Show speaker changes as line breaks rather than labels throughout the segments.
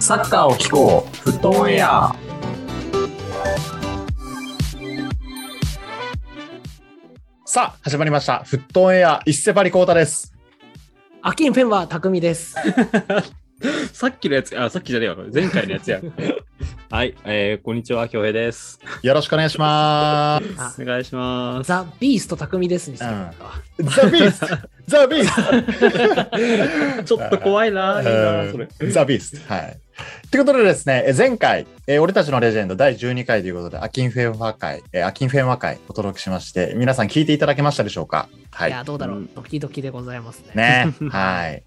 サッカーを聞こう、フットオンエア。
さあ、始まりました。フットオンエア、一世パリコータです。
アキンフェンは匠です。
さっきのやつ、あ、さっきじゃねえわ、これ前回のやつや。 はい、えー、こんにちは、京平です。
よろしくお願いしま
あ
お願いします。
ザ・ビースト匠ですね。
す。ザ・ビーストザ・ビース
ちょっと怖いな、いいな、それ。
トザ・ビーストはい。ということでですね、え前回、えー俺たちのレジェンド第12回ということで、アキンフェンファー会、えーアキンフェンファー会お届けしまして、皆さん聞いていただけましたでしょうかはいい。
や、どうだろ
う。
うんドキドキでございますね。
ね。 はい。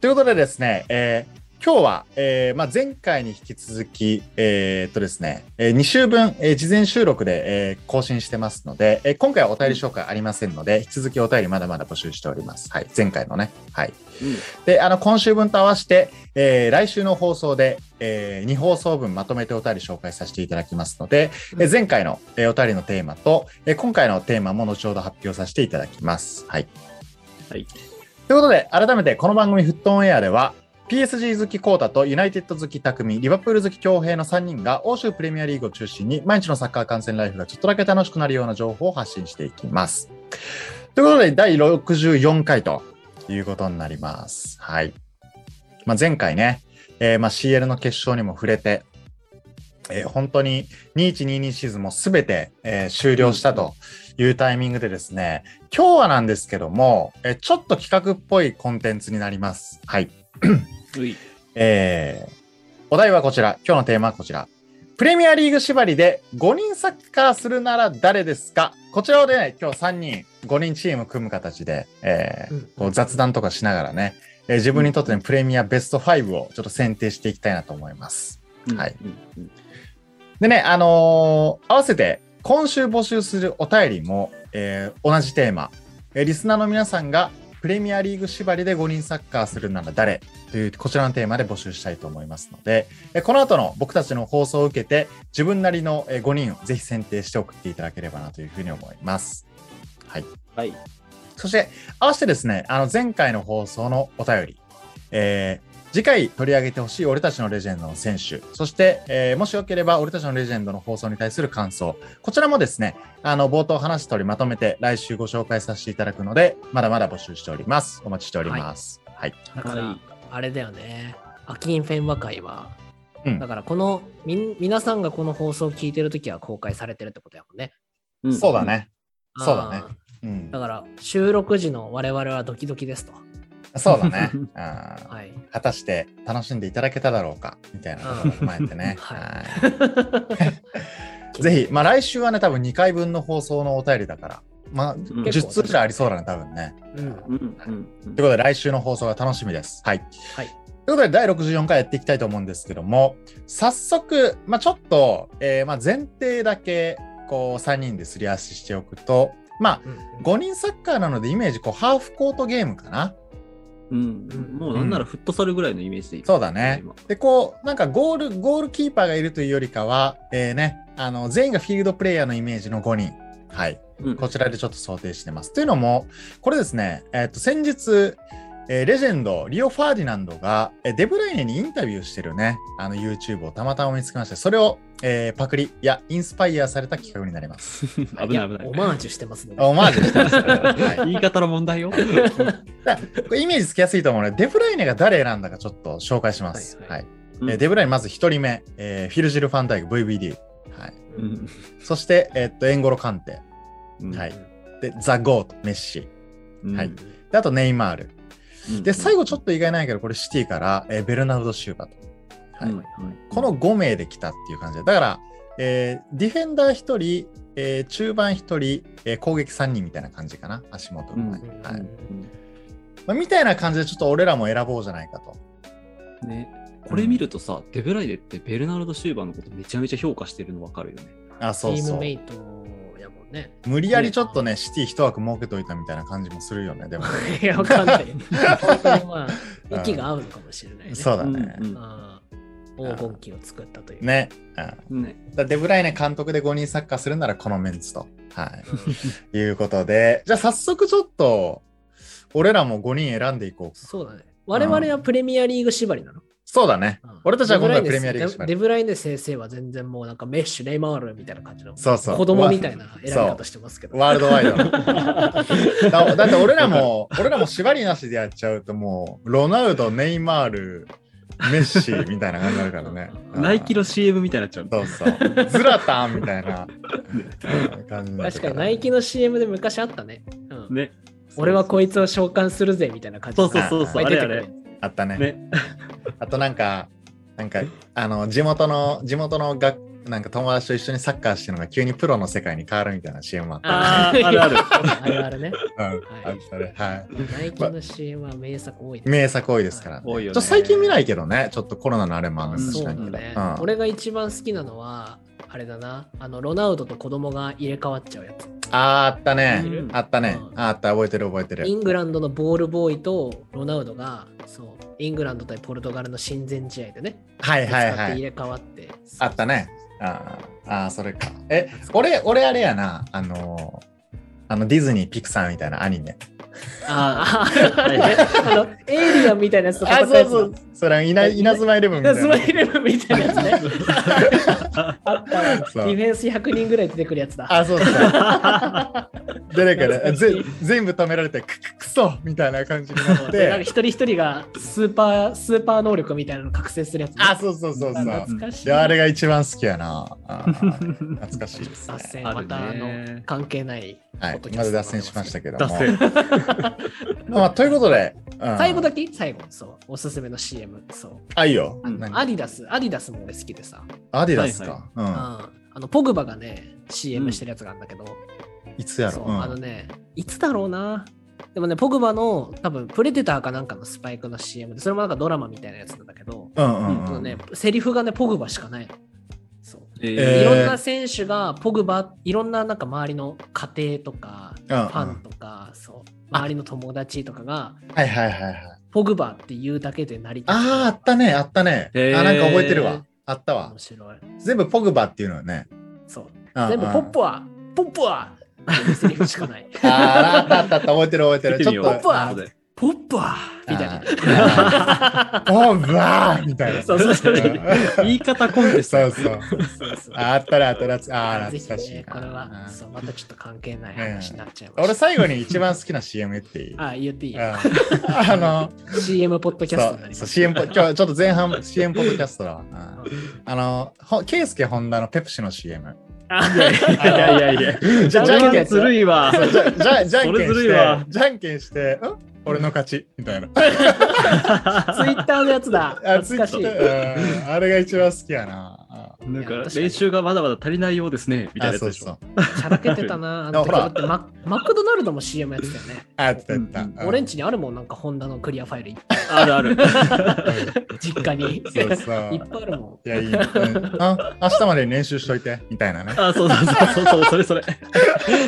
ということでですね、えー今日は、えーまあ、前回に引き続き、えーっとですね、え2週分、えー事前収録で、えー更新してますので、えー今回はお便り紹介ありませんので、引き続きお便りまだまだ募集しております。はい、前回のね。はい。で、あの、今週分と合わせて、えー来週の放送で、え2放送分まとめてお便り紹介させていただきますので、えー前回の、えーお便りのテーマと、えー今回のテーマも後ほど発表させていただきます。はい。
はい。
ということで、改めてこの番組フットオンエアでは、PSG 好きコータとユナイテッド好き匠、リバプール好き強平の3人が欧州プレミアリーグを中心に毎日のサッカー観戦ライフがちょっとだけ楽しくなるような情報を発信していきます。ということで、第64回ということになります。はい。まあ、前回ね、えーまあ CL の決勝にも触れて、えー本当に2122シーズンもすべて、えー終了したというタイミングでですね、今日はなんですけども、えーちょっと企画っぽいコンテンツになります。はい。
うい。
えーお題はこちら。今日のテーマはこちら。プレミアリーグ縛りで5人サッカーするなら誰ですかこちらをね、今日3人、5人チーム組む形で、えー
うん
こう雑談とかしながらね、えー自分にとってのプレミアベスト5をちょっと選定していきたいなと思います。はい
うん。うん
でね、あのー合わせて今週募集するお便りも、えー同じテーマ、えーリスナーの皆さんがプレミアリーグ縛りで5人サッカーするなら誰というこちらのテーマで募集したいと思いますので、えーこの後の僕たちの放送を受けて自分なりのえー5人をぜひ選定して送っていただければなというふうに思います。はい。
はい。
そして、合わせてですね、あの前回の放送のお便り、えー次回取り上げてほしい俺たちのレジェンドの選手、そして、えーもしよければ俺たちのレジェンドの放送に対する感想、こちらもですね、あの冒頭話した通りまとめて来週ご紹介させていただくので、まだまだ募集しております。お待ちしております。はい。
だか
は
ら
い、
あれだよね。アキンフェン和会は、
うん
だからこのみん、皆さんがこの放送を聞いてるときは公開されてるってことやもんね。
ん
そうだ。ね。そうだ
あ
ね。うん
ー。だから、収録時の我々はドキドキですと。
そうだ ね。うん
はい。
果たして楽しんでいただけただろうかみたいなことを踏まえてね。
うん
はい ぜひ、まあ来週はね、多分2回分の放送のお便りだから、まあ、10通くらいありそうだね、多分ね。
うん。
うんうんうん
ということで、来週の放送が楽しみです。はい。
はい
ということで、第64回やっていきたいと思うんですけども、早速、まあちょっと、えーまあ前提だけ、こう、3人ですり合わせしておくと、ま
うん
あ、5人サッカーなので、イメージ、こう、ハーフコートゲームかな。
うん。もうなんならフットサルぐらいのイメージでいい。
そうだね
今。
で、こう、なんかゴール、ゴールキーパーがいるというよりかは、えーね、あの、全員がフィールドプレイヤーのイメージの5人。はい。
うん
こちらでちょっと想定してます。というのも、これですね、えっと先日、えーレジェンド、リオ・ファーディナンドが、えーデブライネにインタビューしてるね、あの YouTube をたまたま見つけまして、それを、えーパクリ、いや、インスパイアされた企画になります。
危ない危
やオマージュしてますね。
オマージュしてます、
な。
はい
言
い
い方の問題よ。
これイメージつきやすいと思うので、デブライネが誰選んだかちょっと紹介します。は
はいいは
えーデブライネ、まず1人目、えーフィル・ジル・ファンダイク、VVD。はい、
うん
そして、えーっとエンゴロ・カンテ、
うん
はい、でザ・ゴート、メッシ、
うん
はいであとネイマール、
うん
で、最後ちょっと意外ないけど、これシティから、えーベルナルド・シューバと。はい
うん
この5名で来たっていう感じで。だから、えーディフェンダー1人、えー中盤1人、えー攻撃3人みたいな感じかな、足元の前、
う
うん
はい
うん
まあみたいな感じで、ちょっと俺らも選ぼうじゃないかと。
ね。これ見るとさ、デブライデってベルナルド・シューバーのことめちゃめちゃ評価してるの分かるよね。
あ、
チ
そう
ー
そ
ム
う
メ。イトやもんね。
無理やりちょっとね、シティ1枠設けといたみたいな感じもするよね、でも。
いや、わかん ない。本当にまあ、息が合うのかもしれないね。
そうだね。
うんうん
あー黄金期を作ったという。
ね。うん、だか
ね。。
らデブライネ監督で5人サッカーするならこのメンツと。はい。
うん。
いうことで、じゃあ早速ちょっと、俺らも5人選んでいこうか。
そうだね。我々はプレミアリーグ縛りなの
そうだね。
うん
俺たちは今度はプレミアリーグしま
デ
る。
ブライネ先生は全然もうなんかメッシュ、ネイマールみたいな感じの
そうそう。
子供みたいな選び
そう
方してますけど。
ワールドワイドな。だだって俺らも、俺らも縛りなしでやっちゃうともう、ロナウド、ネイマール、メッシみたいな感じになるから ね
ナイキ
の。
の CM みたいになっちゃう。
そうそう。ズラタンみたいなうん感じになるら
確かにナイキの CM で昔あったね。うん
ね。
俺はこいつを召喚するぜみたいな感じ
そ
の
うそうそうそう。
あ
あ
いっぱ
れあ
い出てくる
れ。
あったね。
ね。
あとなんか、なんか、あの、地元の、地元のがなんか友達と一緒にサッカーしてるのが急にプロの世界に変わるみたいな CM もあった。
あーあるある。
あるあるね。
うん
はい
あったねはい。
ナイキの CM は名作多いね。
名作多いですから、ね。
多いよね
ちょっと最近見ないけどね、ちょっとコロナのあれもある
うん
し
そう
確か
だ
に
ね
う。ん
俺が一番好きなのは、あれだな。あの、ロナウドと子供が入れ替わっちゃうやつ。
あーあったね。
うん
あったね。
うん
あった、覚えてる覚えてる
イ。ングランドのボールボーイとロナウドが、そう、イングランド対ポルトガルの親善試合でね、
はいはい
使っ
は
て入
い。
れ替わって。
あったね。あーあー、それか。え、俺、俺あれやな。あのーあのディズニー、ピクサーみたいなアニメ。
あーあー、あ の、エイリアンみたいなやつとか。
あ、そうそう。それ稲稲妻イレブンみたいな。
スマイレブンみたいなやつね。あったわデ
そう
ィフェンス100人ぐらい出てくるやつだ。
あ、そうそう。 誰か
懐
ら
かしい
ぜ全部止められて、くくくそみたいな感じになっ
でなんか
て。
一人一人がスーパー、スーパー能力みたいなの覚醒するやつね、
あ、そうそうそうそう。
懐かしい。
で、あれが一番好きやな。あ ー懐かしいです、ね
脱。線、
あ
ま
るね
たあの、関係ない。
はい
ポッド、キャ
ま
ス
ず
ト
脱線しましたけど
脱
も。
線。
まあ、ということで、うん
最後だけ最後、そう、おすすめの CM。そう。
あ、いいよ。
うん
何
アディダス、アディダスも俺好きでさ。
アディダスか。
うんあの、ポグバがね、CM してるやつがあるんだけど、
うん。いつや
そ
ろ
う、
う、ん
あのね、いつだろうな。でもね、ポグバの多分、プレデターかなんかのスパイクの CM で、それもなんかドラマみたいなやつなんだけど、
うんう
うん
あ
う
の
ん。
ね、セリフがね、ポグバしかないの。そう
えー
いろんな選手がポグバ、いろんななんか周りの家庭とか、
うんうん
ファンとか、そう、周りの友達とかが、
はいはいはいはい。
ポグバって言うだけで成り立つ。
ああ、あったね、あったね。
へー
あ、なんか覚えてるわ。あったわ
面。白い。
全部ポグバっていうのよね。
そう。
うん
全部
うん
ポップは、ポップはっていうセリフしか ない。
あーあったあったあった、覚えてる覚え てる。ちょっ
ポップ
と。
は、ポップは、みたいな。
な。ポグバーみたいな。
そうそうそう
言い方コンテス
そう
ト。
そう。
そうそう
あったらあったら、あー
ぜ
懐か
ひ
しい
ね、
な。
これは、
うん
そうまたちょっと関係ない話になっちゃいま
俺
した。
最後に一番好きな CM 言っていい
あ、言っていい
うんあの、
?CM ポッドキャストになり
そう
ま
そう
す。
CM ポ、今日ちょっと前半 CM ポッドキャストだわ。うん
うん
あの、ほケイスケホンダのペプシの CM。
あ
いや いやいやいや。
じ
じ
ゃ
ゃ
じゃんけ
あ、
ん
ずるいわ。
そうじゃじゃじゃんけん
それず
し
るいわ
て、じゃんけんして、ん俺の勝ちみたいな。
ツイッターのやつだ。
あ
懐かしい。
Twitter うんあれが一番好きやな。うん
なんか練習がまだまだ足りないようですね、みたいな
あ
やつ
そう
でし
そ
ょ。
う。
チャラけてたな。あの時
ほら
だってママクドナルドも CM やってたよね。
あ、やったやった。
うん
うん
俺んちにあるもん、なんかホンダのクリアファイルいっぱ
あるあ る。
い、実家に。
そうそう
いっぱいあるもん。
いや、いいね。うんあ、明日までに練習しといて、みたいなね。
あ、そうそうそうそう、それそれ。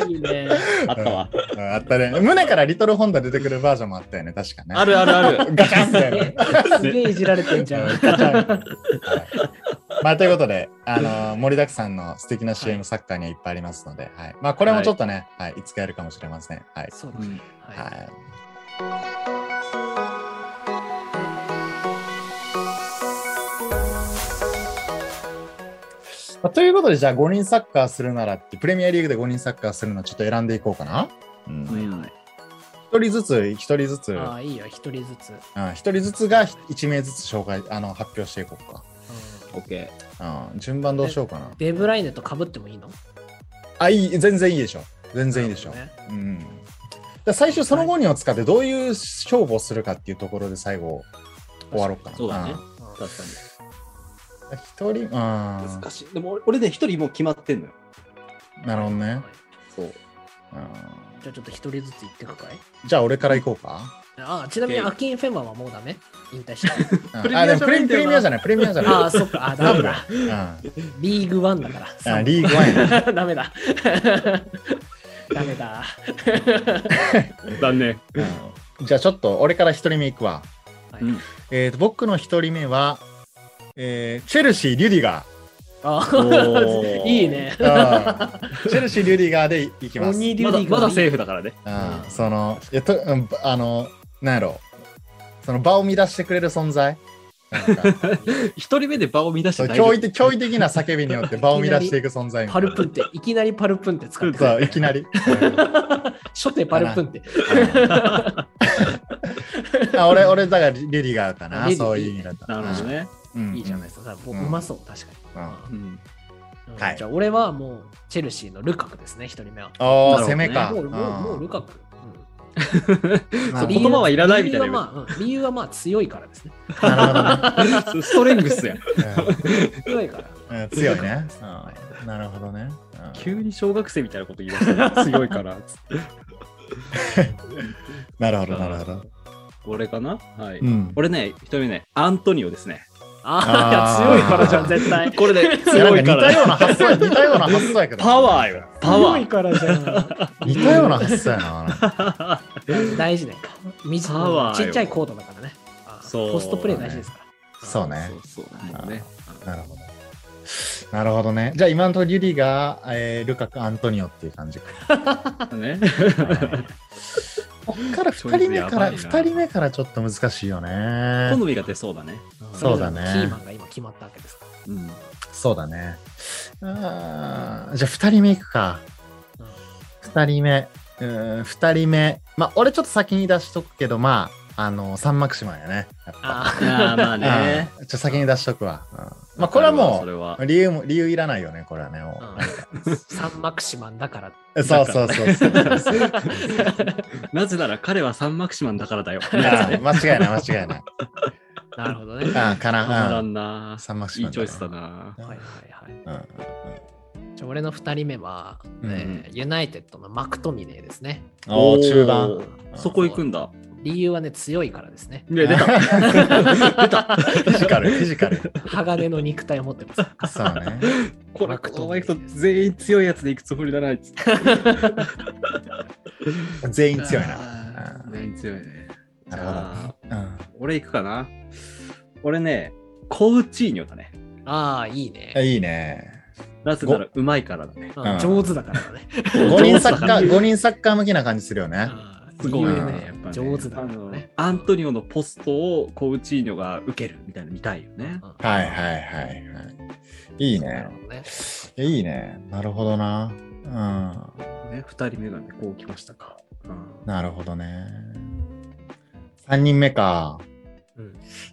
いいね。
あったわ。
うんあったね。胸からリトルホンダ出てくるバージョンもあったよね、確かね。
あるあるある。
ガチャンみたいな
ねすげえいじられてんじゃん。
うんガチャンはいまあ、ということで、あのー盛りだくさんの素敵な CM サッカーにはいっぱいありますので、はい。まあ、これもちょっとね、はい、いつかやるかもしれません。はい。
そうだね。
は。
はい
まあということで、じゃあ5人サッカーするならって、プレミアリーグで5人サッカーするのちょっと選んでいこうかな。うん
い。
うん
はい
一人ずつ、一人ずつ、
ああ、いいよ、一人ずつ。うん
うん、一人ずつが1名ずつ紹介、あの、発表していこう
オッケ
か。うん、順番どうしようかな。
デブライネとかぶってもいいの
あ、いい、全然いいでしょ。全然いいでしょ。
なるほどね
うん。だから最初その5人を使ってどういう勝負をするかっていうところで最後終わろうかな。
そうだね
ん
うん
ー。確か
一人、うん。な
に。難しい。でも俺ね、一人もう決まってんのよ。
るほどね
は。い
そう。
うん
じゃあちょっと一人ずつ行ってくかい
じゃあ俺から行こうか。
ああ、ちなみにアキンフェンマンはもうダメ引退した。
うん
プレミ
あ、
ア
で
じゃ
もプ
な
レ
いんだよ
ミアじゃない、プレミアじゃない。
ああ、そっか。あ、ダメだ。
うん
リーグワンだから。
あリーグワンやね。
ダメだ。ダメだ。
残念。
うんじゃあちょっと俺から一人目行くわ。
はい
うん
えーと、僕の一人目は、えーチェルシー・リュディガ
あ
おー
いいね。
ー。うんチェルシー・リュディガーでいきます。
鬼リ
ま
ュデ
だ
ィ
ま
が
だセーフだからね。
うんその、いやとうんあの、なんやろ、その場を乱してくれる存在、なんか
一人目で場を乱して
そう
大丈夫
驚異的驚異的な叫びによって場を乱していく存在みた
パ
いな
ルプンって、いきなりパルプンって使ってく
そ
る
ういきなり。
初手パルプンって。
あ俺、俺、だからリリガーか
あ
な、
リリ
そういう意味だった。
なるほどね。
うん。
いいじゃないですか。僕
うん
うまそう、確か
う
に
ん。
うん
うん
はい
じゃあ、俺はもう、チェルシーのルカクですね、一人目は。
お
なるほ
ー、
ど
攻
ね
めか。
もう、もう、もう
うん
ルカク。うん
そう
理由
言葉はいらないみたいな
理由はまあうん理由はまあ強いからですね。
なる
ストレングスやん。
ほどね
強いから。
うん。うん強いね。うんなるほどね。うん
急に小学生みたいなこと言い出した。強いから。つって
なるほど、なるほど。
俺かなはい。
うん。
俺ね、一人目ね、アントニオですね。
ああ、
あー
強いからじゃん、絶対。
これで
いやなん
強
か
い
似
か
たよう
ら。
な発想や、似たような発想やけど。
パワーよ。パ
強
ワ
い
ー。
からじゃん。
似たような発想やな。
大事ね。短い
パワー
ち
よ
っちゃいコートだからね。あー
そう
ポストプレー大事ですから。
そうね。
そうそう。もうね。
なるほど。なるほどね。じゃあ今のところリリが、えールカク、アントニオっていう感じか。
ね。
こっから2人目から、
ちょいずれやばいな
二人目からちょっと難しいよね
好。みが出そうだね。
そうだね
キーマンが今決まったわけですか
うん。
そうだね。あーじゃあ2人目いくか。
ら。うん
2人目。うーん、2人目。まあ、俺ちょっと先に出しとくけど、まあ、あの、サンマクシマンやね。やっぱ。
あー
ああ、まあね。
うんちょ、先に出しとくわ。うんまあ、これはも
それは
う、理由も、理由いらないよね、これはね。もう
うんサンマクシマンだから。
そうそうそうそう。
なぜなら彼はサンマクシマンだからだよ。
うん間違いない、間違いない。
なるほどね。はい
あ
た
か
ま
な。
ら
うん
んな。
サンマクシ
い
マ
い
ン
チ
だ
ョ
ね。
イスだな。
はいはい。
うんうん
じゃあ俺の2人目は、
うん
えーユナイテッドのマクトミネーですね。
うん。おー、中盤。
おー。そこ行くんだ。
理由はね、強いからですね。
ね、出た。
出た。フィジカル、フィジカル。
鋼の肉体を持ってます。
そうね。
これ、この人全員強いやつで行くつもりだな。
全員強いな。
な全員強いね。
なるほど
あー
うん。
俺行くかな。俺ね、コウチーニョだね。
ああ、いい
あ
ね。
いいね。
なぜならうまいからだね。
うん
うん
上手だからだね。
5人サッカ
上手
ー、五人サッカー向きな感じするよね。
すごいね
理由
やっぱね
上手だ
あ
から
の
ね。
アントニオのポストをコウチーニョが受けるみたいなの見たいよね。
うん
はいはいはいはい。いい
なる
ね。
ほどね。
いいね。なるほどな。うん。
ね2人目がね、こう来ましたか。うん
なるほどね。3人目か。
うん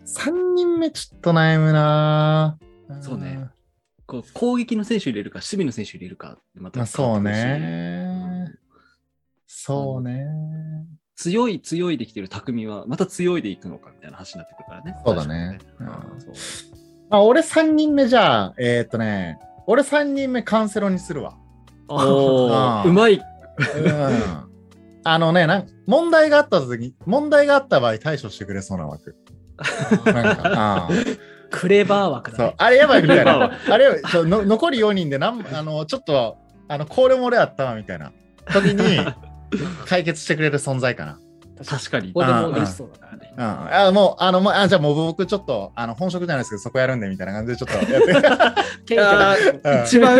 3人目ちょっと悩むな。
そうね。こう攻撃の選手入れるか、守備の選手入れるか、ま
まあ
た変わ
そう
ってくるし。
ね。そうね。
強い強いできてる匠は、また強いでいくのかみたいな話になってくるからね。
そうだね
確かにね
うん
そう
まあ俺3人目じゃあ、えーっとね、俺3人目カンセロにするわ。
お
あ
ー
ー
うまい。
うんあのね、なんか問題があった時に、問題があった場合対処してくれそうな枠。なん か、うん
クレバー枠だ
そう
ね。
あれやばいみたい
今
な。あれやばいそうの残り4人でなん、あの、ちょっと、あの、これも俺あったわみたいな時に解決してくれる存在かな。
確かに。
これでもう嬉しそうだからね。
うん、あもう、あの、もうあじゃあもう僕ちょっと、あの、本職じゃないですけど、そこやるんでみたいな感じでちょっとやって。
謙虚だね
うん
一番、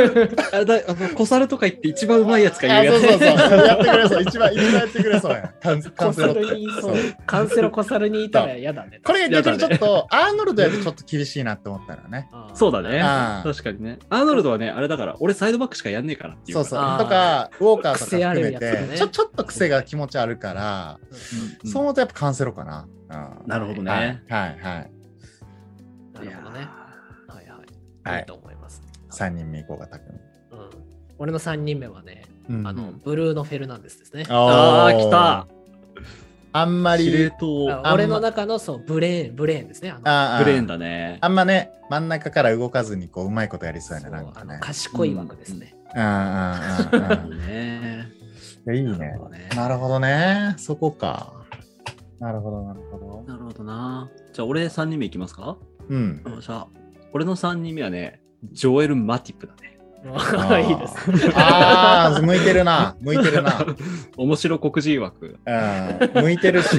あれだ、あの、小猿とか言って一番うまいやつが
あ
言う
そう
やつ。
そうそう。やってくれそう。一番、一番やってくれそうやん。カンカ
コ
ンセ
サ
ロっ
ル
て
にいそう。カンセロコサルにいたら嫌だね。
これが逆にちょっと、アーノルドやとちょっと厳しいなって思ったのよね。
あー
そうだね
あ。ー
確かにね。アーノルドはね、あれだから、俺サイドバックしかやんねえからっていう
そ
か
うそう。
あー
とか、ウォーカーとか
癖ある
含め
やつ
て、
だね
ちょちょっと癖が気持ちあるから、
うん
そう思うとやっぱカンセロかな。うん
なるほど
はい
ね。
はいはい。
なるほど
い
ね
や。
はいはい。、
はい
い
い
と思います。
3人目いこうか、たく
うん、俺の3人目はね、
み。
あ
うん
の、ブルーノ・フェルナンデスですね。
あ
ー
ー、来た。
あんま
司令
り、
塔。
あ
あんま
俺の中のそうブレーン、ブレーンですね。あの
あ
ブレーン
だ。
だね。
あんまね、真ん中から動かずに、こう、うまいことやりそうや
そ
ね、
う
なんか
あの
ね。
賢い枠ですね。
ああ、あ
ね
あ、いい
なる
ね
ほ。どね。
なるほどね。そこか。なるほど、なるほど。
なるほどな。じゃあ、俺3人目いきますか
うん。
よっしゃ俺の3人目はね、ジョエル・マティップだね。
あ ー
いいです。
ああ、向いてるな。向いてるな。
面白黒人枠。
うん、向いてる し、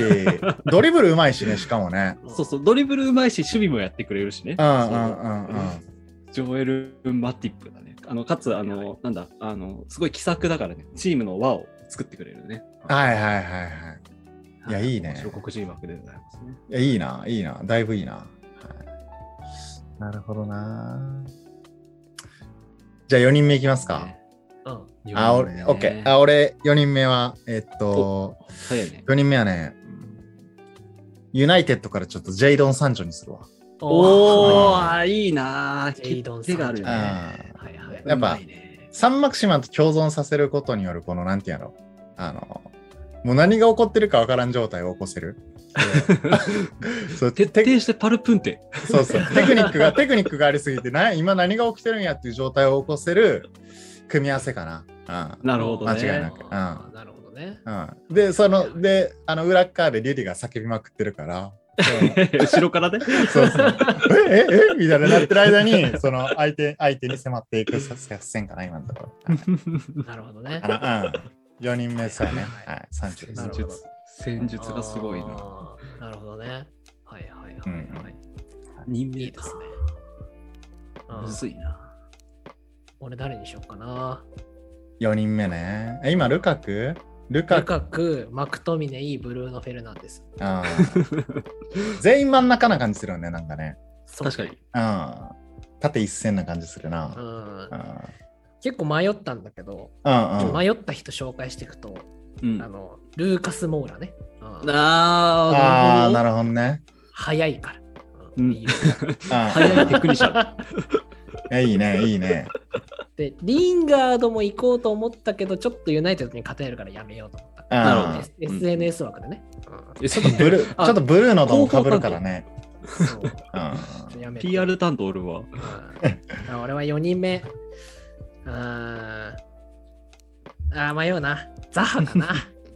ドリブルうまいしね、しかもね。
そうそう、ドリブルうまいし、守備もやってくれるしね。
うんうん
そう
うんうん。
ジョエル・マティップだね。あのかつ、あの、なんだ、あの、すごい気さくだからね、チームの輪を作ってくれるね。
はいはいはいはい。いやいいね
面白黒人枠でございますね。
いやいいな、いいな、だいぶいいな。はなるほどな。じゃあ4人目いきますか。
うん。
あ、俺、オッケー。あ、俺、4人目は、えっと、
そうやね。
4人目はね、ユナイテッドからちょっとジェイドン・サンチョにするわ。
おー、
おー
あーいいな
ジェイド
ー。
ン
手があるよね。
あー
はいはい。
やっぱ
うまいね
サンマクシマンと共存させることによる、この、なんていうのあの、もう何が起こってるかわからん状態を起こせる。そう
徹
て
底
て
してパルプンテ。
そうそうテクニックが、テクニックがありすぎてな、今何が起きてるんやっていう状態を起こせる組み合わせかな。うん
なるほどね。
間違いなくうん
あーなるほどね。
うん、で、その、で、あの、裏っ側でリュディが叫びまくって るから、
後ろからね。
そうそう。え、え、えみたいななってる間に、その、相手、相手に迫っていく作戦かな、今のところ。
なるほどね
あ。の、うん。4人目ですよね。はい、30で
戦
なる
す
ほど
術。 戦術がすごいな。
あー。なるほどね。はいはいはいはい。
人
い
名
いですね。
か。
うん
むずいな。
俺誰にしようかな。
4人目ね。え、今、ルカクルカ
ル
ク。
カク、マクトミネイ、ブルーノ・フェルナンデス。
あー全員真ん中な感じするよね、なんかね。
そう
確かに。
うん。縦一線な感じするな。
うん
うん。
結構迷ったんだけど、
うんうん。
迷った人紹介していくと、
うん
あのルーカス・モーラね。うん
あ
あ
ーな
あ、な
る
るほどね。
早いから。
うん
いいよ
う
早いテクニシャン。
んいやいいね、いいね。
で、 リンガードも行こうと思ったけど、ちょっとユナイテッドに勝てるからやめようと思った。
な
るほど
うん S-
うん
SNS 枠でね。
え
ちょ っとブルー、
あ
ちょっとブルーのともかぶるからね。
うんそう
うん。
やめて
PR 担当おるわ。
うんあ俺は4人目。うんあー迷うな。ザハ だな。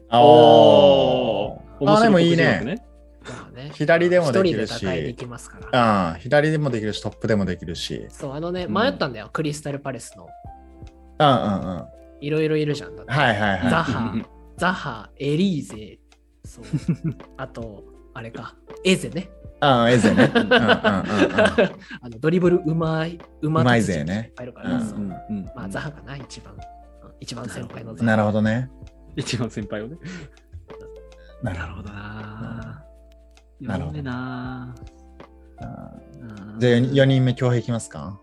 あ
お
ーあー、でもいいね。
ザハね
左でもできるし
一人で戦いに行きますから。
ああ、左でもできるし、トップでもできるし。
そう、あのね、
うん
迷ったんだよ。クリスタル・パレスの。
うんうんうん。はい
ろいろいるじゃん。だって
いはい
ザ
は
ハ、ザハ、エリーゼ。 そう。あと、あれか。エゼね。
い。うん、え えぜね。うんうんうんうん。
あのドリブルうまい、うま
うまい
達人
ぜね
いっぱいいるか
う
ら、
ん
そう
うん
まあ、ザハかな、一番。うん一番先輩の ザハ。
なるほどね。
一番先輩をね。
なるほ
ほどな。
なるほど
な。
どな。じ
で、
ゃあ4人目、強兵いきますか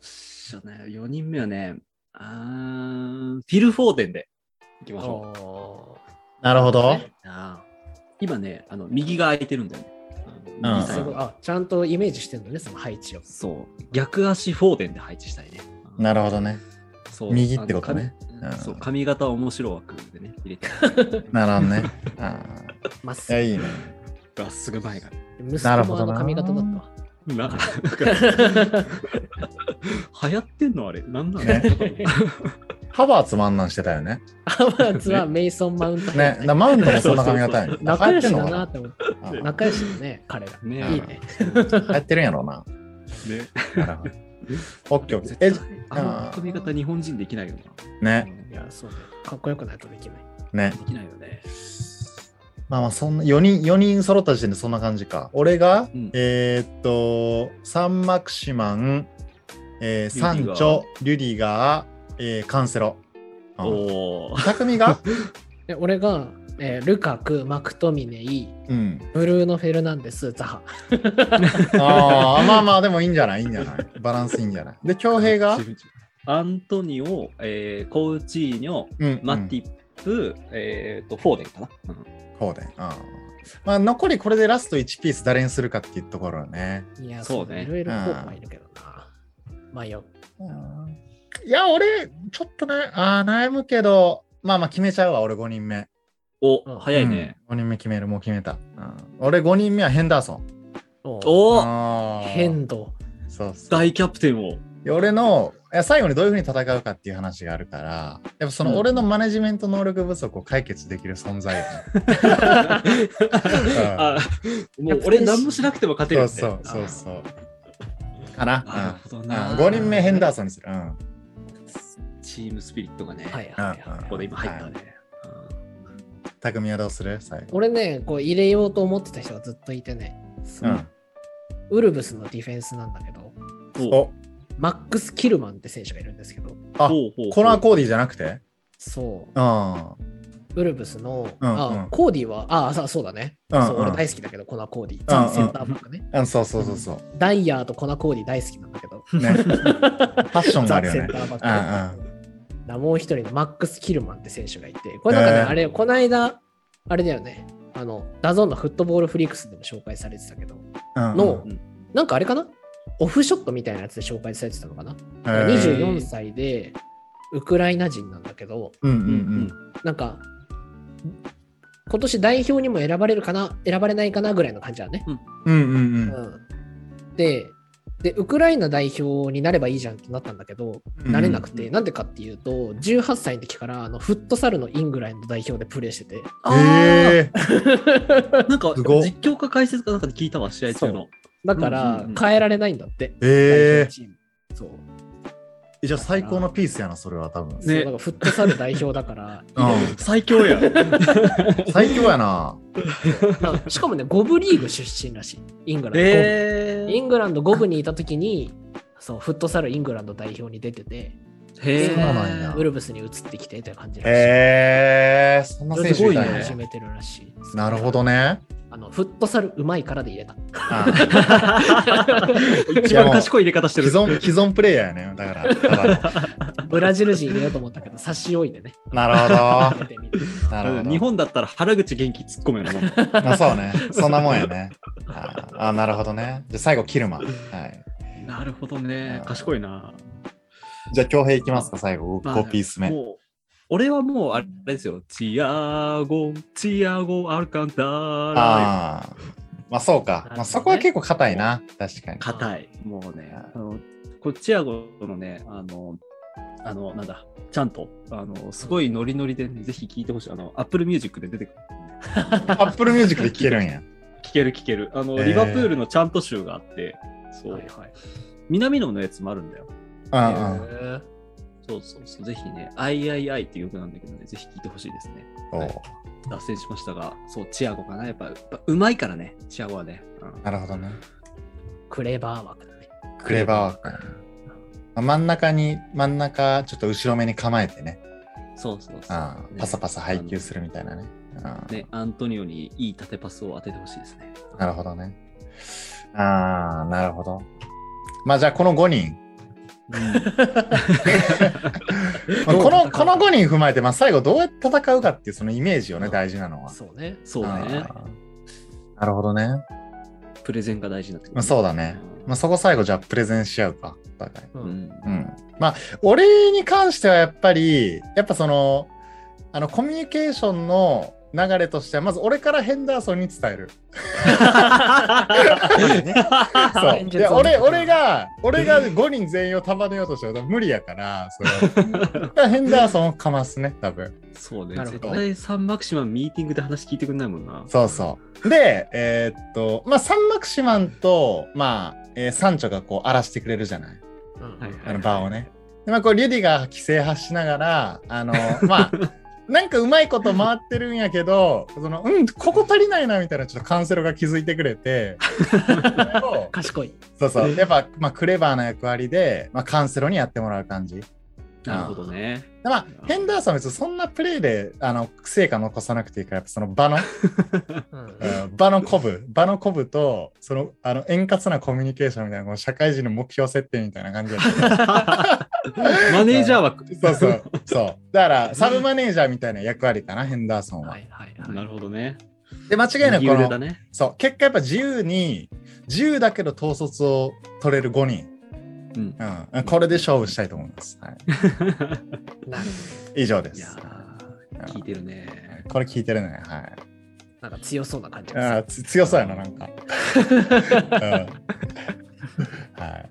そうね、4人目はね、あーフィル・フォーデンでいきましょ
お
なるほど。
う。あー今ね、あの右が空いてるんだよね。あの
うん
右
ー
サ
す
イド
ごいあちゃんとイメージしてるのね、その配置を。
そう、逆足フォーデンで配置したいね。
なるほどね。
そう
右ってことね。
あの
うん
髪そう、髪型面白枠でね、入れ て。
なるほどね。あ
まっ
あ。
す
いや、
ぐ。
いいね。
まっすぐ前が。
息
なる
子も
ほど
あ
な
の髪型だったわ。
な、なんか流行ってんのあれなんなの、
ね ハバーツもあんなんしてたよね。
ハワーツはメイソン・マウントヘ
ね
ン、
だマウントもそんな髪型やね。
仲良しだ
流行
な
っ
って思って。
てんのかな
仲良しだね、彼ら。
ね
いいね。
うん流行ってるんやろうな。
ね
なるほど。オッケーオッ
絶対
ケー。
あの髪型日本人できないよな。
え、ね、
いや、そうね。かっこよくないとできない。
ね。
できないよね。
まあまあ、そんな、4人、四人揃った時点でそんな感じか。俺が、
うん
えーっと、サンマクシマン、えー
リュディ
サ
ガ
ンチ
ー
ョ、リュディガー、えーカンセロ。うん
おお。
匠が
で俺が、えールカク、マクトミネイ、
うん。
ブルーノ・フェルナンデス、ザハ。
ああ、まあまあ、でもいいんじゃないいいんじゃないバランスいいんじゃないで、恭 平が、
アントニオ、えーコウチーニョ、
うん、
マテ
ィ。
ィップ、えっと、フォーデンかな。うん
こうで。あーまあ、残りこれでラスト1ピース誰にするかっていうところね。
いや、
そ
そうう
ね
ね。いろいろ候補はいるけどな。迷う。
うんいや、俺、ちょっとね、あー悩むけど、まあまあ決めちゃうわ、俺5人目。
お、
うん
早いね。
うん。5人目決める、もう決めた。うん俺5人目はヘンダーソン。
お
おお
あー
変動。
そうそう。
大キャプテン を。
俺のいや最後にどういうふうに戦うかっていう話があるから、やっぱその俺のマネジメント能力不足を解決できる存在。
あもう俺何もしなくても勝てる
そ
よ
う
ね。
そうそうそう。かな。
あーなるほどな。
5人目ヘンダーソンにする。うん。
チームスピリットがね、
はいはい
うんうん
は
ここで
い。
今入ったね。
匠はどうする最後。
俺ね、こう入れようと思ってた人がずっといてね、
う
その
ん。
ウルブスのディフェンスなんだけど、
うん
お
マックス・キルマンって選手がいるんですけど、
あ
ほうほうほう
コナー・コーディじゃなくて
そう。
うん。
ウルブスの、
うんうん
あコーディは、ああ、そうだね。
うんうん
そう俺大好きだけど、コナコーディ。
うんうん
ザ・センターバックね。
うん、そうそうそうそ
ダイヤーとコナコーディ大好きなんだけど。
う。ね。ファッションが
ザ・
あるよ
セン
ね
タ。ーバック
うんうん。
だもう一人のマックス・キルマンって選手がいて、これなんかね、
えー
あれ、この間、あれだよね、あの、ダゾーンのフットボールフリークスでも紹介されてたけど、
うんうん
の
うん、
なんかあれかなオフショットみたいなやつで紹介されてたのかな、
へー
24歳で、ウクライナ人なんだけど、
うんう
うん
なんか、今年代表にも選ばれるかな、選ばれないかなぐらいの感じだね。
うん。うんうんうん
うん、でで、ウクライナ代表になればいいじゃんってなったんだけど、
うん。
なれなくて、なんでかっていうと、18歳の時からあのフットサルのイングランド代表でプレーしてて、
あ
へえ。
ーなんか
すごっ
実況か解説かなんかで聞いたわ、試合中の。
だか
うん
ら
うんうん
変えられないんだって、代
え
表チーム。そう
え。じゃあ最高のピースやな、それは多分。
ね
そうだからフットサル代表 だから、
う
最強や。
ん。最強やな。
なんかしかもね、5部リーグ出身らしい、イングランド。
え
イングランド5部にいた時に、そうフットサルイングランド代表に出てて、
へ
そう
なんや
ウルブスに移ってきてという感じらしい。
へえ。そんな選手
すご
い
い
た
ね
ん
始
や。
めてるらしい。そう
なるほどね。
あのフットサルうまいからで入れた。
あ
一番賢い入れ方して
既
る。
存、既存プレイヤーやね。だからただ
ブラジル人入れようと思ったけど、差し置いてね。
の。なる
入れてみる
ほど。なるほど。
日本だったら原口元気突っ込むようなもん。
まあそうね。そんなもんやね。あーあー、なるほどね。じゃあ最後、キルマン。はい。
なるほどね。賢いな。
じゃあ、恭平いきますか、最後。
まあ
5ピース目。
もう俺はもうあれですよ。チアゴ、チアゴ・アルカンターラ。
ああ。まあそうか。まあそこは結構硬いな。確かに。
硬い。もうね、あのこっちアゴのね、あの、あの、なんだ、ちゃんと、あの、すごいノリノリでね、ぜひ聞いてほしい。あの、Apple Music で出てくる。
アップルミュージックで聴けるんや。
聞ける聞ける。あの、
えー
リバプールのちゃんと集があって、そう、
はいはい。
南野のやつもあるんだよ。
うんうん。
へー
そうそうそう。ぜひね、III っていう曲なんだけどね、ぜひ聞いてほしいですね。
おう
脱線しましたが、そう、チアゴかな。やっぱ、やっぱうまいからね、チアゴはね。うん
なるほどね。
クレバー枠だね。
クレバーワークまあ。真ん中に、真ん中、ちょっと後ろ目に構えてね。
そうそうそう。
あー
ね
パサパサ配球するみたいなね。あー
ね、アントニオにいい縦パスを当ててほしいです ね。
なるほどね。ああ、なるほど。まあじゃあこの5人。 まあ
どう
こ
戦う
のこの5人踏まえて、まあ、最後どうやって戦うかっていうそのイメージよね、
うん
大事なのは。
そうね。
そうね。
あーなるほどね。
プレゼンが大事になってくる、
まあ、そうだね。まあ、そこ最後じゃあプレゼンし合うか。お互い。
う。
うんん。
うん。まあ俺に関してはやっぱり、やっぱその、あのコミュニケーションの流れとしては、まず俺からヘンダーソンに伝える。そう
演
い
説
や
を
俺俺が俺が5人全員を束ねようとしたら無理やからそれだからヘンダーソンをかますね多分
そうね。
なるほ
絶
ど
対サンマクシマンミーティングで話聞いてくんないもんな。
そうそうでえーっとまあサンマクシマンとまあ、えーサンチョがこう荒らしてくれるじゃない
うん
はいはい
あの場をねでまあこうリュディが規制発しながら あのまあなんかうまいこと回ってるんやけど、そのうん、ここ足りないなみたいな、ちょっとカウンセローが気づいてく れて、それを
賢い。
そうそう、やっぱ、まあ、クレバーな役割で、まあ、カウンセローにやってもらう感じ。
なるほどね。
でまあ、ヘンダーソンは別にそんなプレーであの成果残さなくていいから、やっぱその場の、
うん
うん場の鼓舞、場の鼓舞と、そのあの円滑なコミュニケーションみたいな、この社会人の目標設定みたいな感じだった。
マネージャー枠。
そう そう、そう。だから、サブマネージャーみたいな役割かな、ヘンダーソンは。
はいはいはい。
なるほどね。
で、間違いなく
右
こ
腕だ
の、
ね。
そう、結果やっぱ自由に、自由だけど統率を取れる5人。
うん。
うん、これで勝負したいと思います。はい、
なるほ
以上で
いや
す。
ー聞いてるね。
これ聞いてるね。はい。
ど。なんか強そうな感じがす
あ
る
ーつ強そうやな、なんか。うんはい、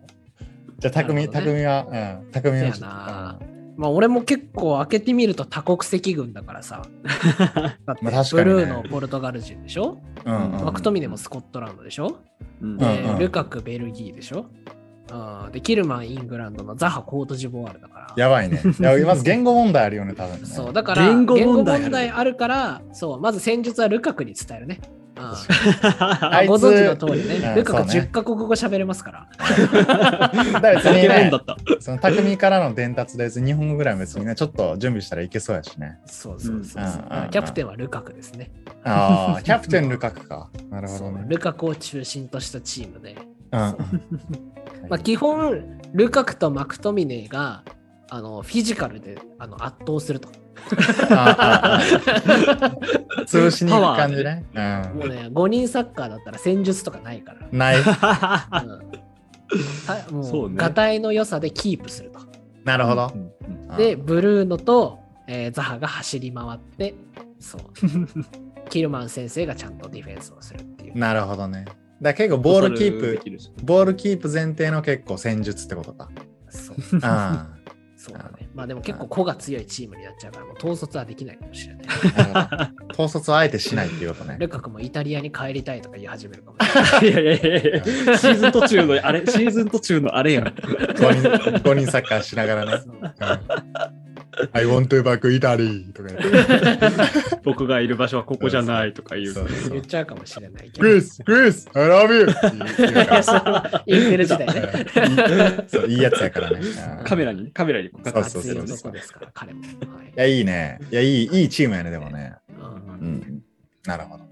じゃあ、匠、
なるほどね
匠は、うん、匠はちょっと
せやなまあ俺も結構開けてみると多国籍軍だから さ。だって
まあ確か
ブ
にね
ルーのポルトガル人でしょ
うんうん
マクトミネもスコットランドでしょ
うん
で
うんうん
ルカクベルギーでしょうんでキルマンイングランドのザハコートジボワールだから。
やばいね。いやまず言語問題あるよね、多分、ね。
そうだから
言
言
語
語
問
問
題ある
題あるからそうまず戦術はルカクに伝えるねあ
あ
あ
いつ
ご存知の通り
う
ね。
ん
ルカが
そうね
10カ国語喋れますから。
だから 別
ポ
に
ケモン
ね
だ、った。
その匠からの伝達で、日本語ぐらいは別にね、ちょっと準備したらいけそうやしね。
そうそうそうそう
うんうんうん
キャプテンはルカクですね。
ああ、キャプテンルカクか。なるほ
そ
ど
う
ね。
ルカクを中心としたチームで。
うんうん
まあ、基本、ルカクとマクトミネがあのフィジカルであの圧倒すると。
あああ通しに行く感じね。う
もうね、5人サッカーだったら戦術とかないから。
ん。 ない。
うんたも
そう
う、
ね
がたいの良さでキープすると。
なるほど
う。んうん
うん
で、、ブルーノと、えーザハが走り回って、 そう。キルマン先生がちゃんとディフェンスをするっていう。
なるほどね。だから結構ボールキー
で
プ、
きるし
ボールキープ前提の結構戦術ってことか。
そう
あ
そうだね。まあでも結構子が強いチームになっちゃうから、もう統率はできないかもしれない。
あ。統率はあえてしないっていうことね。
ルカクもイタリアに帰りたいとか言い始めるかもしれない。
いやいやいやいやシーズン途中のあれ、シーズン途中のあれやん。
5人 ,5 人サッカーしながらね。
そう
うん I want to back Italy とか言って。
僕がいる場所はここじゃないとか言
そうう。そう
言っちゃうかもしれないけど
グ。リス、グリス、I love you! って言うから
インフェル時代ね。
そういいやつやからね。うん
カメラにね、カメラにこう
そうそうそう
熱い男ですから、彼も。はい
いや、いいね。いや、いい、いいチームやね、でもね。
うん
う
うん
ん。なるほど。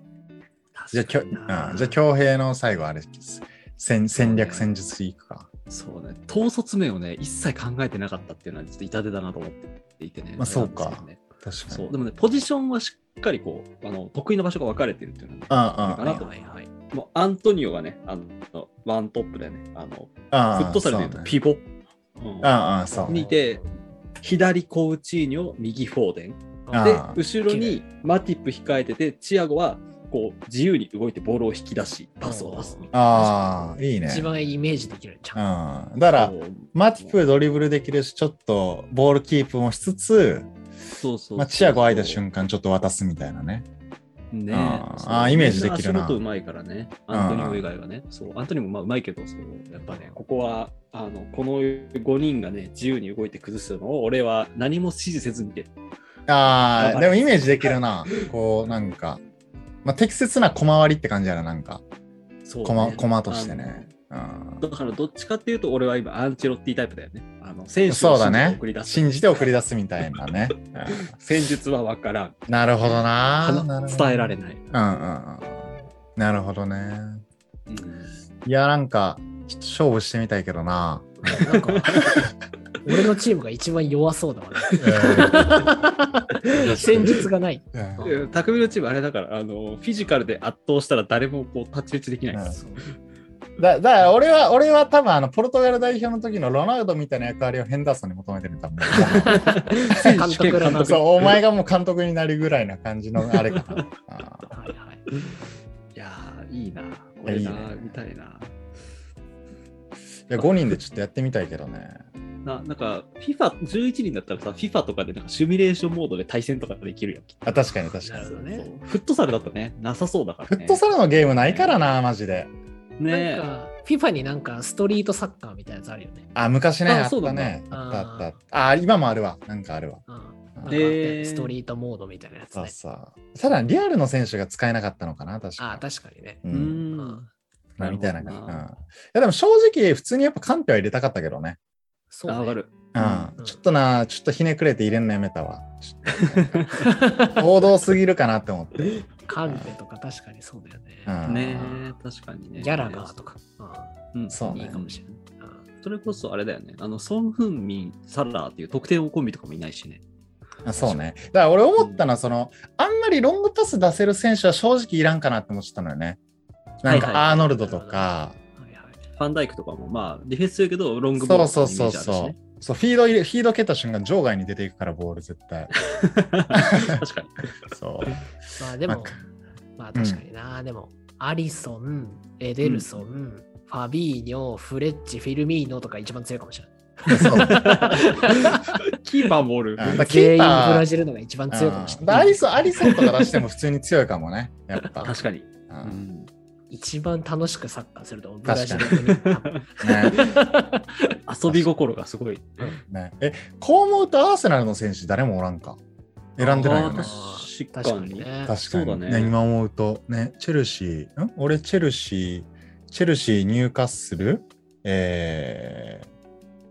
じゃ
確
あ、きょ
か
うん
に
じ
な
ゃあ、強兵の最後、あれです。戦戦略、戦術いくか。
そうね、統率面をね、一切考えてなかったっていうのは、ちょっと痛手だなと思っていてね。
まあそうか
なんです
確
けどねそう、でもね、ポジションはしっかりこう、あの得意な場所が分かれてるっていうのは、ね、
あ
かなと
はいはいはい。
もうアントニオがね、あのワントップでね、あの
あ、ああ。
フットサルでいう
そ
と
うね
ピボ、うん
ああ、そう。
にて、左コウチーニョ、右フォーデン。
あ
で
ー
後ろにマティップ控えててチアゴはこう自由に動いてボールを引き出しパスを出すみたい
ああ、いいね。
一番イメージできるじゃん。
うん。だ
な
から、マティプドリブルできるし、ちょっとボールキープもしつつ、
そうそう
まあ、チアゴ空いた瞬間、ちょっと渡すみたいなね。
間ね
あー
そう
あーイメージできるな
みん足元うまいからねアントニオ以外はねそうアントニオもまあうまいけどそうやっぱねここはあのこの5人がね自由に動いて崩すのを俺は何も指示せず見てる
あ
頑
あ、
張
で
れ
もイメージできるな。こう、なんか、まあ、適切な小回りって感じやな、なんか、
そう
コマ
ね
コマとしてね。うん
あのだからどっちかっていうと俺は今アンチェロッティタイプだよねあの選手
そ
を
うだ
信じて
ね
送り。出す
信じて送り出すみたいなね。
戦術は分からん
うんなるほどな。なるほど
伝えられない、
うんうんうん。なるほどね。
うん
いや、なんか、ちょっと勝負してみたいけどな。
なんか、俺のチームが一番弱そうだわ、ね。戦術がない。
うん
いや匠のチームあれだからあのフィジカルで圧倒したら誰もこう太刀打ちできないから、
うんだだから俺は、俺は多分あの、ポルトガル代表の時のロナウドみたいな役割をヘンダーソンに求めてるんだも ん
選
監
手兼
督らの
監
そう、
督
お前がもう監督になるぐらいな感じのあれ かな。あー
はいはい。
いやーいいなこれない
いね
みたいない
や、5人でちょっとやってみたいけどね。
ななんか FIFA11 人だったらさ FIFA とかでなんかシミュレーションモードで対戦とかできるやんきっと
あ、確かに確か
な
に。
るほど
そ
ね。
うフットサルだとねなさそうだから
フ
ね
ットサルのゲームないからな、マジで。
ルね
なんか、FIFA になんかストリートサッカーみたいなやつあるよね。
あ、昔ね、
あ
あっ
そうな
た
んだ
ね。あったあ
あ
っ
ー
たあった。あー、今もあるわ。なんかあるわ。
うんなんかあっ
うん
で
てストリートモードみたいなやつ
そう
ね。
そう。ただ、リアルの選手が使えなかったのかな、確か
ああ、確かにね。
う。
うんん
まあみたいな感じ。
なるほ
うん。
ど
い
な
や、でも正直、普通にやっぱカンペは入れたかったけどね。
そうね
あわかる
うん。
うん
ちょっとな、ちょっとひねくれて入れんのやめたわ。ちょっと王道すぎるか なって思って。うん。
カンペとか確かにそうだよね。
ね確かにね
ギャラガーとか。
うん
そう
うんい
ね
いか。もしれない。うん
それこそあれだよねあのソン・フンミンサラーっていう得点王コンビとかもいないしね
あそうね。だから俺思ったのは、その、あんまりロングパス出せる選手は正直いらんかなって思ってたのよね。なん
はい
か、
はい
アーノルドとか、
はいはい。
ファンダイクとかもまあディフェンスするけどロングボー
そう
ル
そう
とか
そ
のイメージあるし
うそ
ね
う。そうフィード入れ、フィード蹴った瞬間、場外に出ていくから、ボール絶 対。
確かに。
そう。
まあでも、まあ確かにな、でも、アリソン、エデルソン、ファビーニョ、フレッチ、フィルミーノとか一番強いかもしれない。
そう。うんだか
キーパーもおる。
らキ
全員
ー
フ
パ
ラ
ー
ジルのが一番強いかもし
う
れ
んだか
な
らア
い。
リソン、アリソンとか出しても普通に強いかもね。やっぱ。
確かに。
う
うんん
一番楽しくサッカーすると思うブラジルの国多分
ね
遊び心がすごい。
ねえ、こう思うとアーセナルの選手誰もおらんか。選んでないよ
あ
ね
ー。確かに
ね。
確か
そう
に、
だ
ね
ね
今思うとねチェルシーん俺チェルシーチェルシー入荷するえー、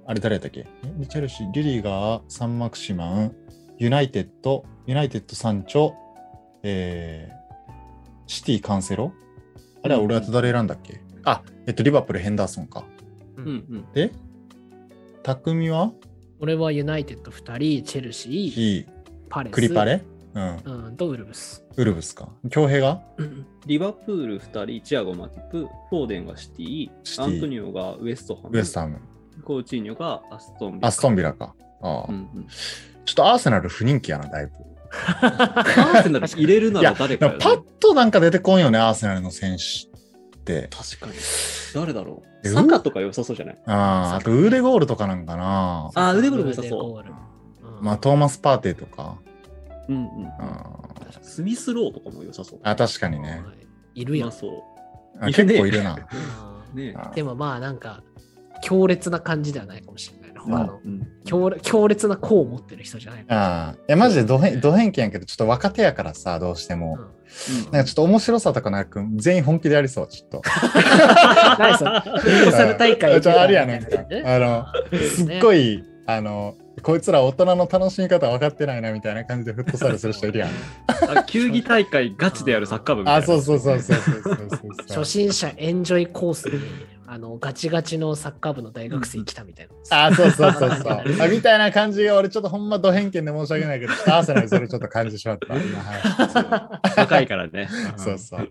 あれ誰だったっけんチェルシーリリーガーサンマクシマンユナイテッドユナイテッドサンチョえー、シティカンセロあれは俺は誰選んだっけ、あえっとリバプールヘンダーソンか
うんうん。
で匠は
俺はユナイテッド2人、チェルシー、
ヒ
パレ
ー
ス。
クリパレうん
うん、とウルブス。
ウルブスか恭平が
リバプール2人、チアゴ・マティプ、フォーデンがシティ、
シティ
アントニオがウエストハム、
ウエスタム
コーチーニョがアストンビラ。
アストンビラかああ、
うんうん、
ちょっとアーセナル不人気やな、だいぶ。
アーセ ナル入れるないら
や
誰か
な
よ
ん
ね
かパッとなんか出てこんよね、アーセナルの選手って。
確かに。誰だろう
え
サカとか良さそうじゃない
ああ、あとウーデゴールとかなんかな。
あー腕ゴールも
も
良さそう
うん
まあ、トーマス・パーティーとか。
うんうん。
あ
スミスローとかも良さそう。
ーあ、確かにね。。
いる
う
や
ま
ん。
そ
あ
いる
結
ね
構いるな。
う。ねえ
あー
でもまあなんか、強烈な感じではないかもしれないな。他の
うん
強烈強烈な功を持ってる人じゃないか
ああ、いや、マジでド偏ド偏見やけど、ちょっと若手やからさ、どうして
も
も
し。れない。うん
なんかちょっと面白さとかなく、全員本気でやりそう、ちょっと。
何それユーサル大会
ちょあれやねんかあのすっご
い。
い、あの、こいつら大人の楽しみ方分かってないな、みたいな感じでフットサルする人いるやん。
あ球技大会ガチでやるサッカー部みたいな。
あ、そうそうそうそうそうそうそうそう。
初心者エンジョイコースにあのガチガチのサッカー部の大学生来たみたいな。
あ、そうそうそ うそう。あみたいな感じが俺ちょっとほんまド偏見で申し訳ないけど、ちょっとアーセナルそれちょっと感じてしまった。今話してて。
高いからね
そうそう。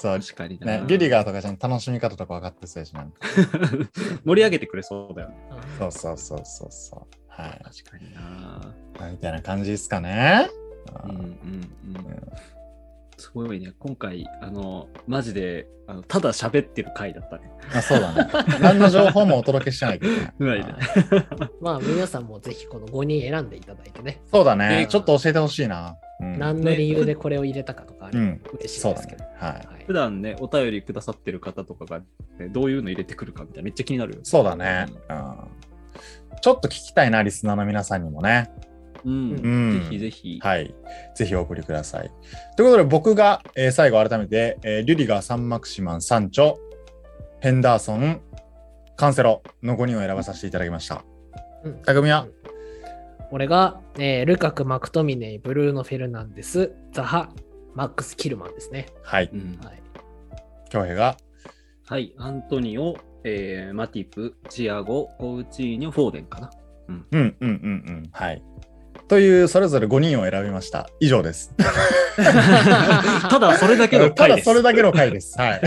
そう、
確かにな
ね、リリガーとかじゃん楽しみ方とか分かってそうやし、なんか。
盛り上げてくれそうだよね。
そうそうそうそうそう。はい。
確かにな。
みたいな感じですかね。
うんうんうん
うん
すごいね。今回、あの、マジで、あのただ喋ってる回だったね。
あそうだね。何の情報もお届けしてないけどね。
ないね
あ
まあ皆さんもぜひこの5人選んでいただいてね。
そうだ
え
ね。ちょっと教えてほしいな。うん。
何の理由でこれを入れたかとかあれ
う
ば
ん
嬉しい
そう
で
だ
すけ
ね
ど。。
はい。
はい
普段ね、お便りくださってる方とかが、ね、どういうの入れてくるかみたいな、めっちゃ気になるよ。
そうだね。うん。ちょっと聞きたいな、リスナーの皆さんにもね。
うん。
うん
ぜひぜひ。
はい。ぜひお送りください。ということで、僕が、えー最後改めて、えーリュリガー、サンマクシマン、サンチョ、ヘンダーソン、カンセロの5人を選ばさせていただきました。
うん
匠は、
俺が、えールカク・マクトミネイ、ブルーノ・フェルナンデス、ザハ、マックス・キルマンですね。
はい。
うん
はい、
恭平が、
はい。アントニオ、えーマティプ、チアゴ、コウチーニョ、フォーデン かな。
うんうんうんうん。はい。という、それぞれ5人を選びました。以上です。
ただそれだけの
た
回
だ、
です。
それだけの回で す。はい。はい
い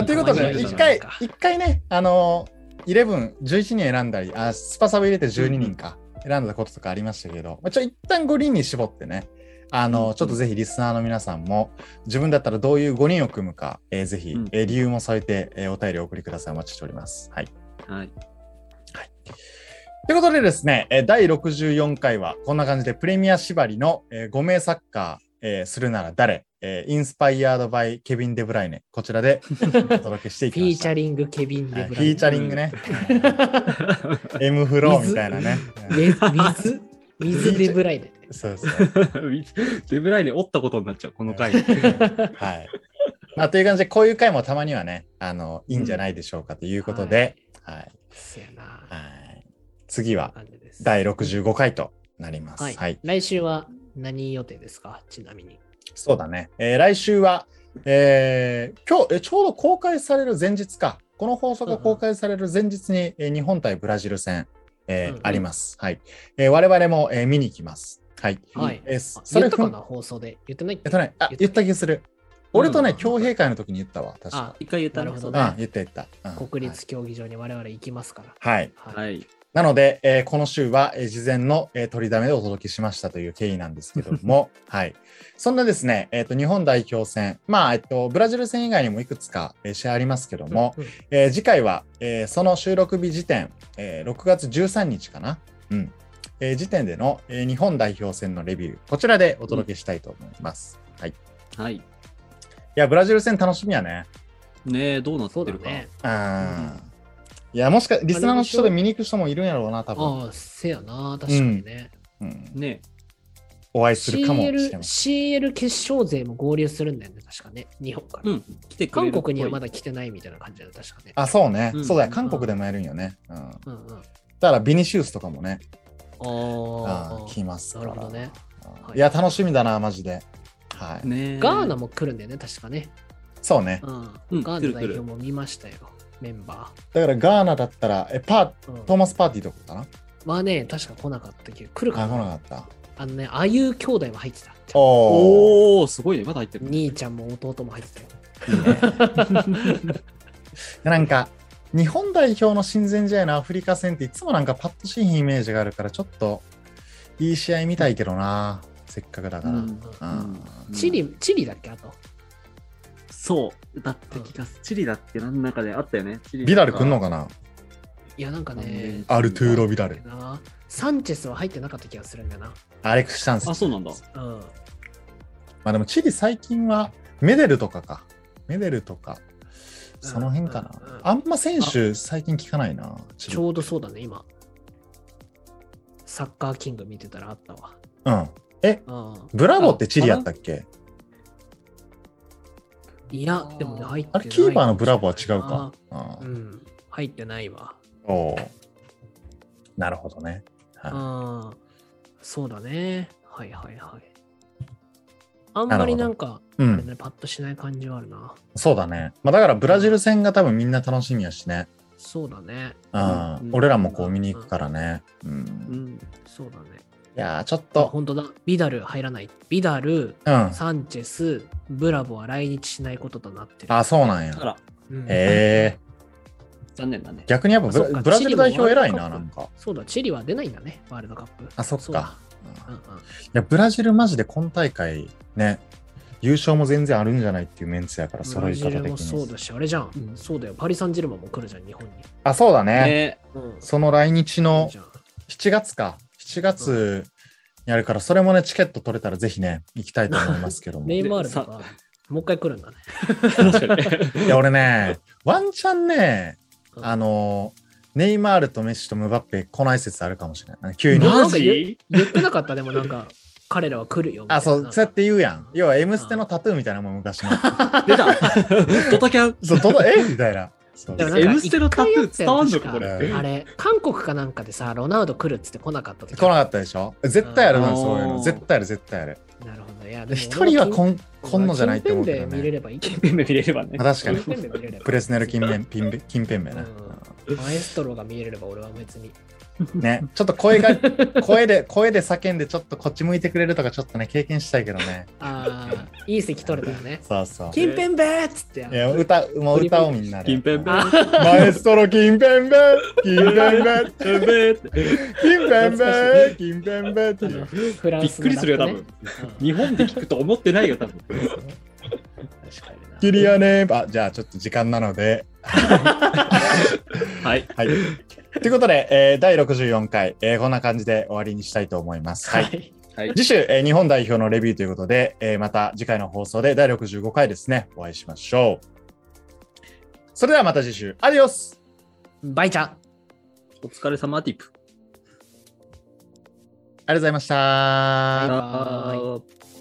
や
あ、ということ
いい
で、
感じ
一
じゃない
回
か、
一回ね、あのー、11人、11人選んだり、あ、スパサブ入れて12人か、選んだこととかありましたけど、まあ、ちょ、一旦5人に絞ってね、あ
うんう
のー、
ん
ちょっとぜひリスナーの皆さんも、自分だったらどういう5人を組むか、えーぜひ
うん、
えー理由も添えて、えーお便りをお送りください。お待ちしております。はい。
はい。
ということでですね、えー第64回はこんな感じでプレミア縛りの、え5名サッカー、えーするなら誰、えーインスパイアードバイケビン・デブライネ、こちらでお届けしてい
フ
きま
ィー
し
チ
た。
ャリング・ケビン・デ
はいフ
ブライ
ィ
ネ
ーチャリン グね。M フローみたいなね。うん
ウェズ 水水デブライネ。
そうそう。
デブライネ折ったことになっちゃう、この回。
はい。まあ、という感じで、こういう回もたまにはね、あの、いいんじゃないでしょうかということで、はい。
せや
は
な。
い次は
感じです
第65回となります。
はい、
はい。
来週は何予定ですかちなみに。
そうだね。えー来週は、えー今日、えちょうど公開される前日か。この放送が公開される前日に、えー日本対ブラジル戦、えー
うんうん
あります。はい。えー我々も、えー見に行きます。はい。
はい。
えー
あ
そ
言
れ
った
ふ
か
ん
な放送で。言ってないっ
え
け
っとね、あ、言った気がする。俺とね、共閉会の時に言ったわ。確
あ
か。
一回言った
なるほど
う
あ
ん、
ね
言った言った。うん
国立競技場に我々行きますから。
はい。はい
は。
はいい。
なので、えーこの週は、えー事前の、えー取りだめでお届けしましたという経緯なんですけど も、はい。そんなですね、えっ、と、日本代表戦、まあ、えっと、ブラジル戦以外にもいくつか、えー試合ありますけども、
うんうん
えー次回は、えーその収録日時点、えー6月13日かな、うん、えー時点での、えー日本代表戦のレビュー、こちらでお届けしたいと思います。はい。い
はい。
や、ブラジル戦楽しみやね。
ねえ、どうな
そ
っ
う
て
だ
るか。
ね。
あーいや、もしか、リスナーの人で見に行く人もいるんやろうな、多分。
ああ、せやな、確かにね。
うん
ね
お会いするかもしれ
CL,
ません。
CL 決勝勢も合流するんだよね、確かね、日本から。
うん、来てくれる
韓
っぽい
国にはまだ来てないみたいな感じだよね、確かね。
あ、そうね、
うん
そうだよ。韓国でもやるんよね。うん。だ
うんうん。あ
から、ビニシウスとかもね、
あ
うん、来ます
な
か
る
ら。
ほどね。
うん。いや、楽しみだな、マジで。はい。
ね
ガーナ
も
も来るんだよね、確かね。
そうね。
う、
うんん来
ガーナ
る
代
来る
表も見ましたよ、メンバ
だから、ガーナだったら、え、パ
ー。うん
トーマスパーティーとかかな
まあね、確か来なかったけど、来るか
あ、来な
な。
かった。
あのね、あゆう兄弟も入ってた。
おー。
おー、すごいね、まだ入ってる。
兄ちゃんも弟も入ってたよ。
いいね なんか、日本代表の親善試合のアフリカ戦っていつもなんかパッとしいイメージがあるから、ちょっといい試合見たいけどな、せっかくだから。
う
うん
んうん
チリ、チリだっけあと。
そう、だった気がすチリだっけ、なんかであったよね。チリ
ビラル来んのかない
や、なんかね、
アルトゥーロ・ビラル。
なサンチェスは入ってなかった気がするんだよな。
アレクシタンス。
あ、そうなんだ。
うん。
まあでもチリ最近はメデルとかか。メデルとか、その辺かな
うんうんう。ん
あんま選手最近聞かないな。チリ
ちょうどそうだね、今。サッカーキング見てたらあったわ。
うん。え、
うん
ブラボーってチリやったっけ
いや、でもね、入ってない。
あれ、キーパーのブラボーは違うか。
う
うん
ん、入ってないわ。
おーなるほどね。はい
うん。そうだね。はいはいはい。あんまりなんか、
う
あれ
ん、
ね、パッとしない感じはあるな。
そうだね。まあ、だからブラジル戦が多分みんな楽しみやしね。
そうだね。
うん
うん
俺らもこう見に行くからね。うん
うん。
そうだね。
いやーちょっ
あ
と、
本当だ。ビダル入らない。ビダル、
うん。あ
サンチェス、ブラボは来日しないこととなってる。
ーそうなんや
あ。ら、
うん
へえ
残念だね。
逆にやっぱブ
あそっか
ラブラジル代表偉い
チリもワ
な、
ールドカップ
なんか。
そうだ、チリは出ないんだね、ワールドカップ。
あそっか
うだ
うん
うんう
い
ん
や、ブラジルマジで今大会ね、優勝も全然あるんじゃないっていうメンツやから、
ブ
揃
ラ
い
ジ
方
ル
的
もそう
に。
だし、あれじゃん,、
うん
そうだよ、パリ・サンジェルマンも来るじゃん、日本に。
あ、そうだね。
ね
うん
その来日の
じゃん
7月か。7月やるから、それもね、チケット取れたらぜひね、行きたいと思いますけ ども。
ネイマールとか、もう一回来るんだね。
確かに。
いや、俺ね、ワンチャンね、
うん
あの、ネイマールとメッシとムバッペ来ない説あるかもしれない。急に。
マ
マ
ジ
ジ
言ってなかった、でもなんか、 彼らは来るよ。みたい
あ、
な
そう、そうやって言うやん。要は、M ステのタトゥーみたいなもん、昔の。
出 たドタキャン
そう、どの、えみたいな。そう
でもなんか
M ステのタトゥー伝わんのか、こ
一
れ。
回や
あれ、韓国かなんかでさ、ロナウド来るっつって来なかった時
来なかったでしょ絶対ある
う
な、
ん
そういうの。絶対ある、絶対ある。
なるほど。いや、でも
一人はこ
ん、
ん、こんのじゃないって思うけど
近辺で見れ
ね。
ればいいけど。
ペンで見れればね。
あ確かに
近辺で見れれば
プレスネル近辺、ピンベ、近辺名ね。
マエストロが見えれば俺は別に。
ね、ちょっと声が、声で、声で叫んで、ちょっとこっち向いてくれるとか、ちょっとね、経験したいけどね。
ああ、いい席取れたよね。
そうそう。
近辺べーっつってや
いや、歌、もう歌をみんなで。
近辺
あ
マエストロ金ペンベ金ペンベ
ペンペンって
金ペンベ金ペンベって
あ
い
の
う。
フラン
び
ス
っくりするよ、多分。日本で聞くと思ってないよ、多分。
キリアネーあ、じゃあちょっと時間なので。
はい。
はい。ということで、えー第64回、えーこんな感じで終わりにしたいと思います。
は。
はいい。
はい
はい。
次週、えー日本代表のレビューということで、えーまた次回の放送で第65回ですね、お会いしましょう。それではまた次週、アディオス
バイちゃん。
お疲れ様、ティップ。
ありがとうございました。
バイバイ
あー